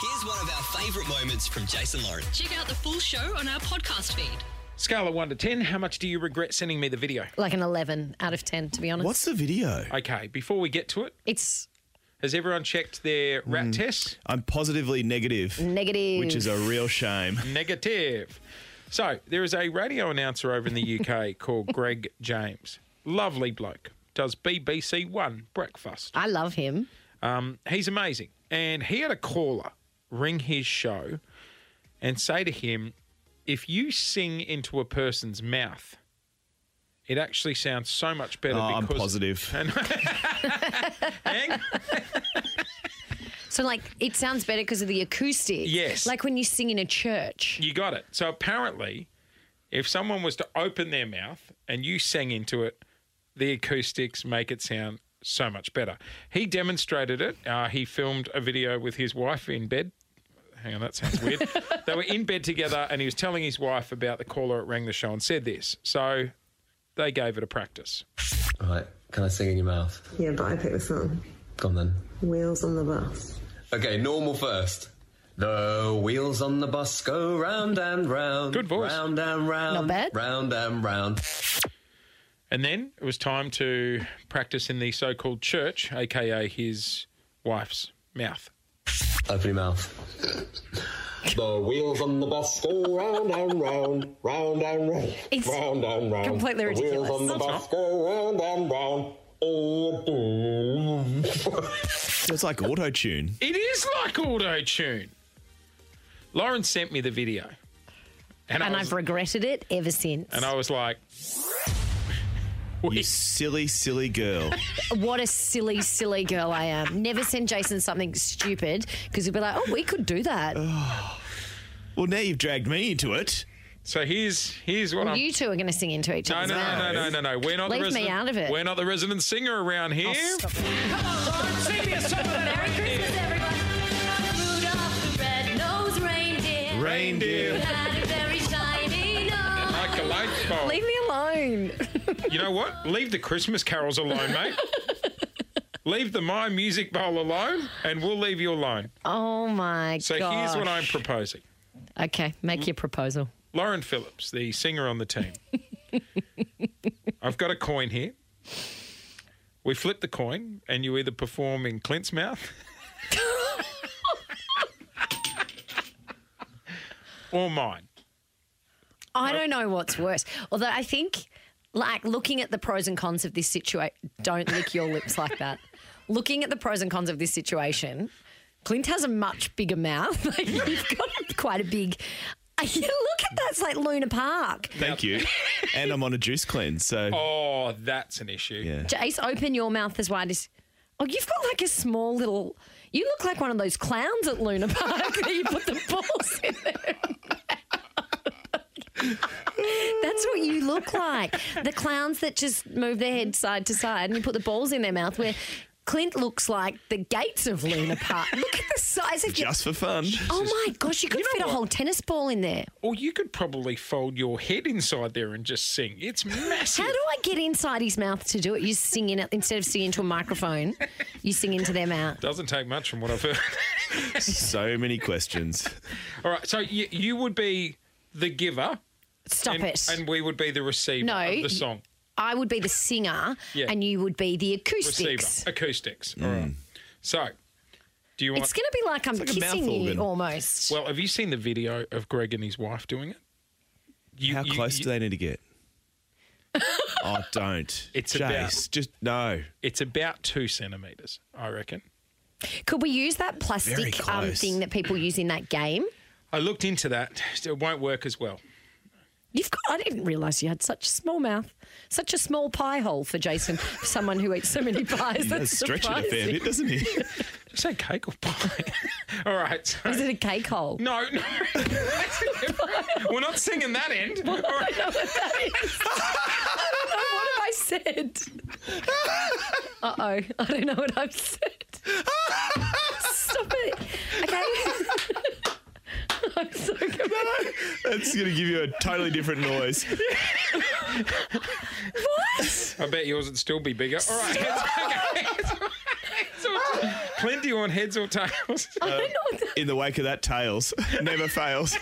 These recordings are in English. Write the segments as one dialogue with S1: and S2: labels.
S1: Here's one of our favourite moments from Jason Lauren.
S2: Check out the full show on our podcast feed.
S3: Scale of 1 to 10, how much do you regret sending me the video?
S4: Like an 11 out of 10, to be honest.
S5: What's the video?
S3: Okay, before we get to it,
S4: It's
S3: has everyone checked their rat
S5: Hmm.
S3: test?
S5: I'm positively negative,
S4: negative.
S5: which is a real shame.
S3: Negative. So, there is a radio announcer over in the UK called Greg James. Lovely bloke. Does BBC One breakfast.
S4: I love him.
S3: Um, he's amazing. And he had a caller ring his show and say to him, if you sing into a person's mouth, it actually sounds so much better
S5: Oh, I'm
S3: because
S5: positive.
S3: Hang-
S4: So, like, it sounds better because of the acoustic.
S3: Yes.
S4: Like when you sing in a church.
S3: You got it. So apparently, if someone was to open their mouth and you sang into it, the acoustics make it sound so much better. He demonstrated it. Uh, he filmed a video with his wife in bed. Hang on, that sounds weird. they were in bed together, and he was telling his wife about the caller that rang the show and said this. So they gave it a practice.
S6: Right, can I sing in your mouth?
S7: Yeah, but I picked the song.
S6: Come on
S7: Wheels on the bus.
S6: then. Okay, normal first. The wheels on the bus go round and round.
S3: Good voice.
S6: Round and round.
S4: Not bad.
S6: Round and round.
S3: And then it was time to practice in the so called church, aka his wife's mouth.
S6: Open your mouth. the wheels on the bus go round and round. Round and round.
S4: It's
S6: round and round.
S4: completely
S6: the
S4: ridiculous.
S6: wheels on the
S3: That's
S6: bus go round and round. Oh, boom.
S5: So it's like auto tune.
S3: It is like auto tune. Lauren sent me the video, and,
S4: And
S3: I was,
S4: I've regretted it ever since.
S3: and I was like,
S5: You silly, silly girl.
S4: What a silly, silly girl I am. Never send Jason something stupid because he'll be like, oh, we could do that.
S5: Well, now you've dragged me into it.
S3: "So here's here's what I'm."
S4: Oh, you two are going to sing into each
S3: no,
S4: other's
S3: no, no,
S4: mouth.
S3: no, no, no, no. We're not the
S4: Leave me
S3: resident,
S4: out of it. Oh,
S3: We're not the resident singer around here.
S8: Merry Christmas, everyone. Rudolph the red-nosed reindeer
S3: Reindeer,
S8: had a very shiny nose.
S3: like a light bulb.
S4: Leave me alone.
S3: You know what? Leave the Christmas carols alone, mate. leave the My Music Bowl alone, and we'll leave you alone.
S4: Oh, my God.
S3: So here's what I'm proposing.
S4: Okay, make your proposal.
S3: Lauren Phillips, the singer on the team. I've got a coin here. We flip the coin, and you either perform in Clint's mouth or mine.
S4: I don't know what's worse. Although I think, like, looking at the pros and cons of this situation, don't lick your lips like that. Looking at the pros and cons of this situation, Clint has a much bigger mouth. Like, you've got a- quite a big. You look at that. It's like Luna Park.
S5: Thank you. And I'm on a juice cleanse, so
S3: Oh, that's an issue.
S5: yeah.
S4: Jace, open your mouth as wide as. Oh, you've got like a small little. You look like one of those clowns at Luna Park that you put the balls in there. That's what you look like. The clowns that just move their head side to side and you put the balls in their mouth, where Clint looks like the gates of Luna Park. Look at the size of your.
S5: Just for fun.
S4: Oh my gosh, you could fit a whole tennis ball in there.
S3: Or you could probably fold your head inside there and just sing. It's massive.
S4: How do I get inside his mouth to do it? You sing in it instead of singing into a microphone, you sing into their mouth.
S3: Doesn't take much from what I've heard.
S5: So many questions.
S3: All right, so you, you would be the giver,
S4: Stop
S3: and,
S4: it.
S3: and we would be the receiver
S4: No,
S3: of
S4: you-
S3: the song.
S4: I would be the singer
S3: Yeah.
S4: and you would be the
S3: receiver
S4: acoustics.
S3: acoustics.
S5: Mm.
S3: All right. So, do you want?
S4: It's going to be like I'm
S5: like a mouth
S4: kissing you
S5: organ.
S4: almost.
S3: well, have you seen the video of Greg and his wife doing it? You,
S5: How
S3: you-
S5: close
S3: you-
S5: do they need to get? Oh, don't.
S3: It's
S5: Jace,
S3: about-
S5: just no.
S3: It's about two centimeters, I reckon.
S4: Could we use that
S5: Very
S4: plastic um,
S5: close.
S4: thing that people use in that game?
S3: I looked into that. It won't work as well.
S4: You've got, I didn't realise you had such a small mouth, such a small pie hole for Jason, for someone who eats so many pies.
S5: It
S4: That's
S5: does stretch it a fair
S4: surprising.
S5: bit, doesn't it?
S3: Did you say cake or pie? All right. so-
S4: Is it a cake hole?
S3: no, no. We're not singing that end. All right.
S4: I don't know Oh, what have I said. uh oh, I don't know what I've said. Stop it. Okay. I'm so confused.
S5: That's going to give you a totally different noise.
S4: What?
S3: I bet yours would still be bigger. All right. It's okay. It's all right. It's all right. Clint, do you want heads or tails?
S5: In the wake of that, tails never fails.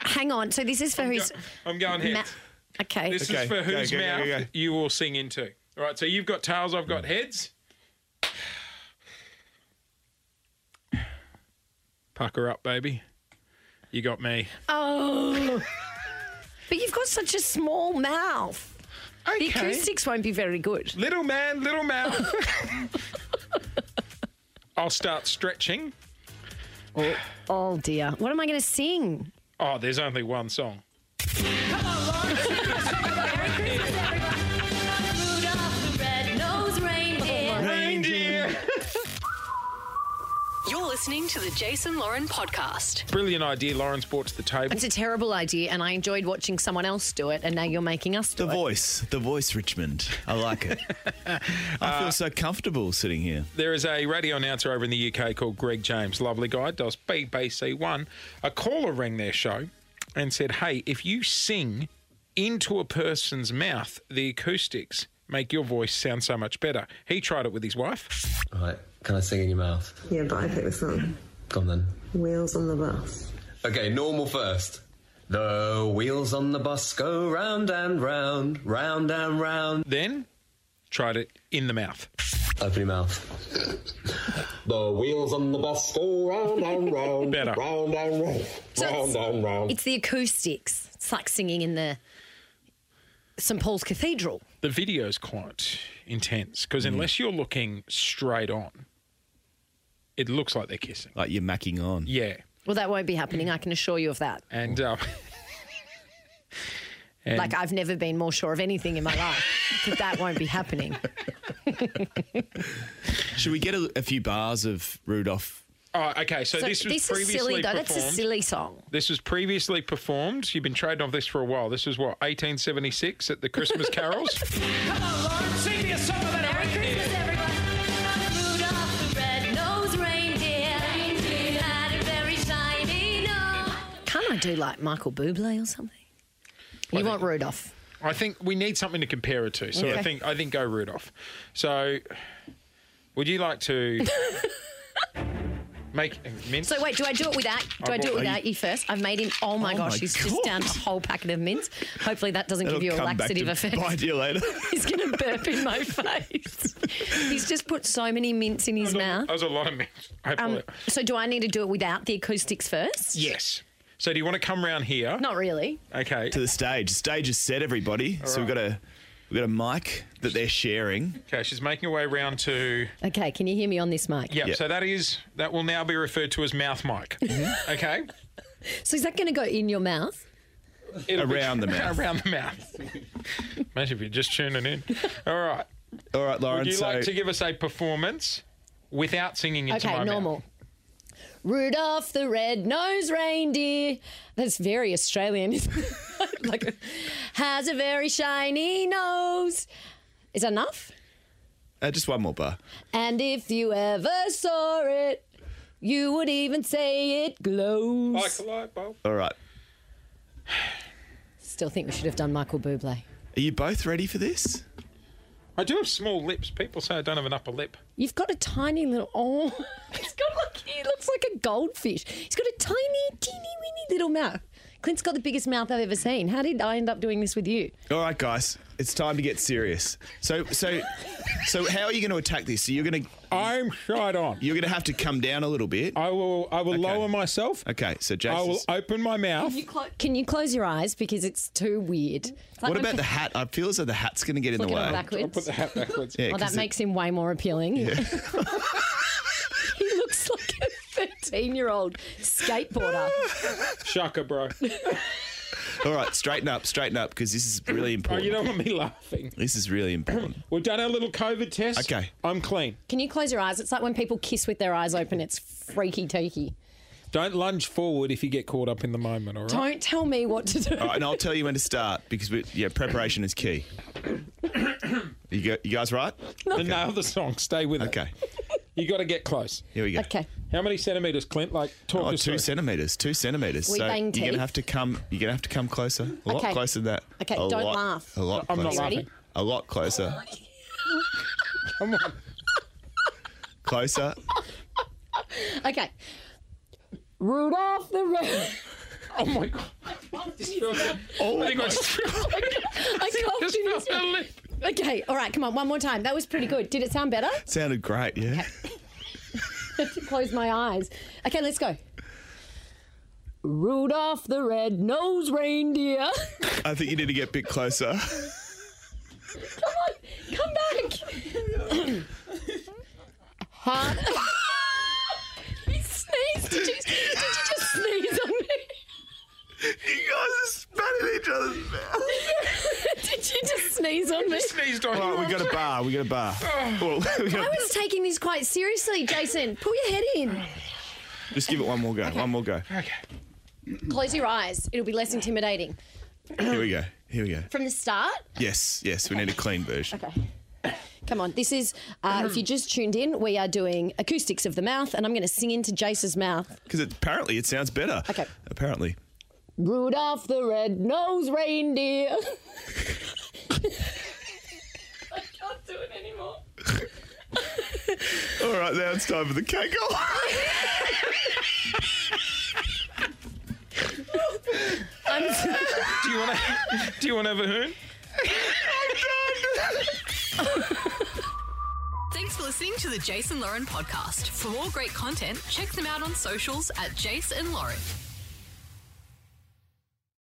S4: Hang on. So this is for whose?
S3: I'm going
S4: Ma-
S3: heads.
S4: okay.
S3: This
S5: Okay,
S3: is for
S5: go,
S3: whose
S5: go, go,
S3: mouth
S5: go, go.
S3: you will sing into. All right, so you've got tails, I've got heads. Pucker up, baby. You got me.
S4: Oh. but you've got such a small mouth. The acoustics won't be very good.
S3: Little man, little mouth. I'll start stretching.
S4: Oh dear. What am I going to sing?
S3: Oh, there's only one song.
S8: Rudolph the red-nosed reindeer.
S3: Reindeer.
S2: You're listening to the Jason Lauren podcast.
S3: Brilliant idea. Lauren's brought to the table.
S4: It's a terrible idea, and I enjoyed watching someone else do it, and now you're making us do
S5: the
S4: it.
S5: voice, the voice, Richmond. I like it. I feel so comfortable sitting here.
S3: There is a radio announcer over in the UK called Greg James, lovely guy, does BBC One. A caller rang their show and said, Hey, if you sing into a person's mouth, the acoustics make your voice sound so much better. He tried it with his wife.
S6: Right, can I sing in your mouth?
S7: Yeah, but I picked this song.
S6: Come then.
S7: Wheels on the bus.
S6: Okay, normal first. The wheels on the bus go round and round, round and round.
S3: Then tried it in the mouth.
S6: Open your mouth. the wheels on the bus go round and round,
S3: Better.
S6: round and round, round and round.
S4: It's the acoustics. It's like singing in the St Paul's Cathedral.
S3: The video's quite intense because unless you're looking straight on, it looks like they're kissing.
S5: Like you're macking on.
S3: Yeah.
S4: Well, that won't be happening. I can assure you of that.
S3: And. Uh, and-
S4: Like I've never been more sure of anything in my life that that won't be happening.
S5: Should we get a, a few bars of Rudolph?
S3: Oh, okay. So,
S4: So
S3: this was previously
S4: is silly though.
S3: performed.
S4: That's a silly song.
S3: This was previously performed. You've been trading off this for a while. This was what 1876 at the Christmas carols.
S8: Merry Christmas, everyone. Rudolph the red-nosed reindeer had a very shiny nose.
S4: Can't I do like Michael Bublé or something? You want Rudolph?
S3: I think we need something to compare it to. So I
S4: Okay.
S3: think I think go Rudolph. So would you like to make mint?
S4: So wait, do I do it without? Do I do it without you first? I've made him. Oh my
S5: Oh
S4: gosh,
S5: my
S4: he's just
S5: God.
S4: down a whole packet of mints. Hopefully that doesn't give you a laxative effect.
S5: bite you later.
S4: He's going to burp in my face. he's just put so many mints in his mouth.
S3: That was a lot of mint. I
S4: Um,
S3: apologize.
S4: so do I need to do it without the acoustics first?
S3: yes. So do you want to come round here?
S4: Not really.
S3: Okay.
S5: to the stage. The stage is set, everybody. so we've got a we've got a mic that they're sharing.
S3: Okay. She's making her way round to.
S4: Okay, can you hear me on this mic?
S3: Yeah.
S5: Yeah.
S3: So that is that will now be referred to as mouth mic.
S5: Mm-hmm.
S3: Okay.
S4: So is that going to go in your mouth?
S3: It'll be-
S5: Around the mouth.
S3: around the mouth. Imagine if you're just tuning in. All right.
S5: All right, Lauren.
S3: Would you
S5: so
S3: like to give us a performance without singing into my
S4: Okay,
S3: mouth?
S4: normal. Rudolph the red-nosed reindeer. That's very Australian. like, has a very shiny nose. Is that enough?
S5: uh, just one more bar.
S4: And if you ever saw it, you would even say it glows.
S3: Like a light bulb.
S5: All right.
S4: Still think we should have done Michael Bublé.
S5: Are you both ready for this?
S3: I do have small lips. People say I don't have an upper lip.
S4: You've got a tiny little. Oh, he's got like he looks like a goldfish. He's got a tiny, teeny, weeny little mouth. Clint's got the biggest mouth I've ever seen. How did I end up doing this with you?
S5: All right, guys. It's time to get serious. So so so how are you going to attack this? So you're going to
S3: I'm shite on.
S5: you're going to have to come down a little bit.
S3: I will. I will lower myself.
S5: Okay. So Jason.
S3: open my mouth.
S4: Can you close your eyes because it's too weird? It's like
S5: What
S4: when
S5: about the hat? I feel as though the hat's going to get in the
S4: people
S5: way.
S4: look at it
S3: I'll
S4: backwards?
S3: put the hat backwards.
S5: Yeah,
S4: Oh, that
S5: 'cause it-
S4: makes him way more appealing. he looks like a thirteen-year-old skateboarder.
S3: Shaka, bro.
S5: All right, straighten up, straighten up, because this is really
S3: Oh,
S5: important.
S3: you don't want me laughing.
S5: This is really important.
S3: We've done our little COVID test.
S5: Okay.
S3: I'm clean.
S4: Can you close your eyes? It's like when people kiss with their eyes open. It's freaky tiki.
S3: Don't lunge forward if you get caught up in the moment. All right.
S4: Don't tell me what to do.
S5: All right, and I'll tell you when to start because we, yeah, preparation is key. You, go, you guys right?
S3: The nail of the song. Stay with it.
S5: Okay,
S3: You got to get close.
S5: here we go.
S4: Okay.
S3: How many centimeters, Clint? Like talk
S5: Oh,
S3: us
S5: two
S3: through.
S5: centimeters, two centimeters.
S4: We
S5: so
S4: bang
S5: you're
S4: teeth.
S5: gonna have to come. You're gonna have to come closer. A lot
S4: Okay.
S5: closer than that.
S4: Okay,
S5: A
S4: don't
S5: lot-
S4: laugh.
S5: A lot.
S3: I'm not
S5: closer.
S3: laughing.
S4: ready?
S5: A lot closer.
S3: Come on.
S5: Closer.
S4: Okay. Rudolph the Red.
S3: Oh my god! This feels like- I think I just feel like
S4: I can't
S3: just
S4: do
S3: felt
S4: this.
S3: my lip.
S4: Okay, all right, come on, one more time. That was pretty good. Did it sound better?
S5: Sounded great, yeah.
S4: Close my eyes. Okay, let's go. Rudolph the Red-Nosed Reindeer.
S5: I think you need to get a bit closer.
S4: Come on, come back. huh? he sneezed. Did you, did you just sneeze on me?
S5: You guys are spanning each other's mouth.
S4: Did you just sneeze on me?
S3: Sneezed on
S5: All
S3: you.
S5: right, we got a bar. We got a bar. Well, we got
S4: I was taking this quite seriously, Jason. Pull your head in.
S5: just give it one more go. One more go.
S3: Okay.
S4: Close your eyes. It'll be less intimidating.
S5: Here we go. Here we go.
S4: From the start,
S5: Yes, yes. We need a clean version.
S4: Okay. Come on. This is, uh, if you just tuned in, we are doing acoustics of the mouth, and I'm going to sing into Jace's mouth.
S5: Because apparently it sounds better.
S4: Okay.
S5: Apparently.
S4: Rudolph the red-nosed reindeer.
S5: All right, now it's time for the cake.
S3: Do you want to? Do you want to have a hoon?
S2: Thanks for listening to the Jason Lauren podcast. For more great content, check them out on socials at Jason Lauren.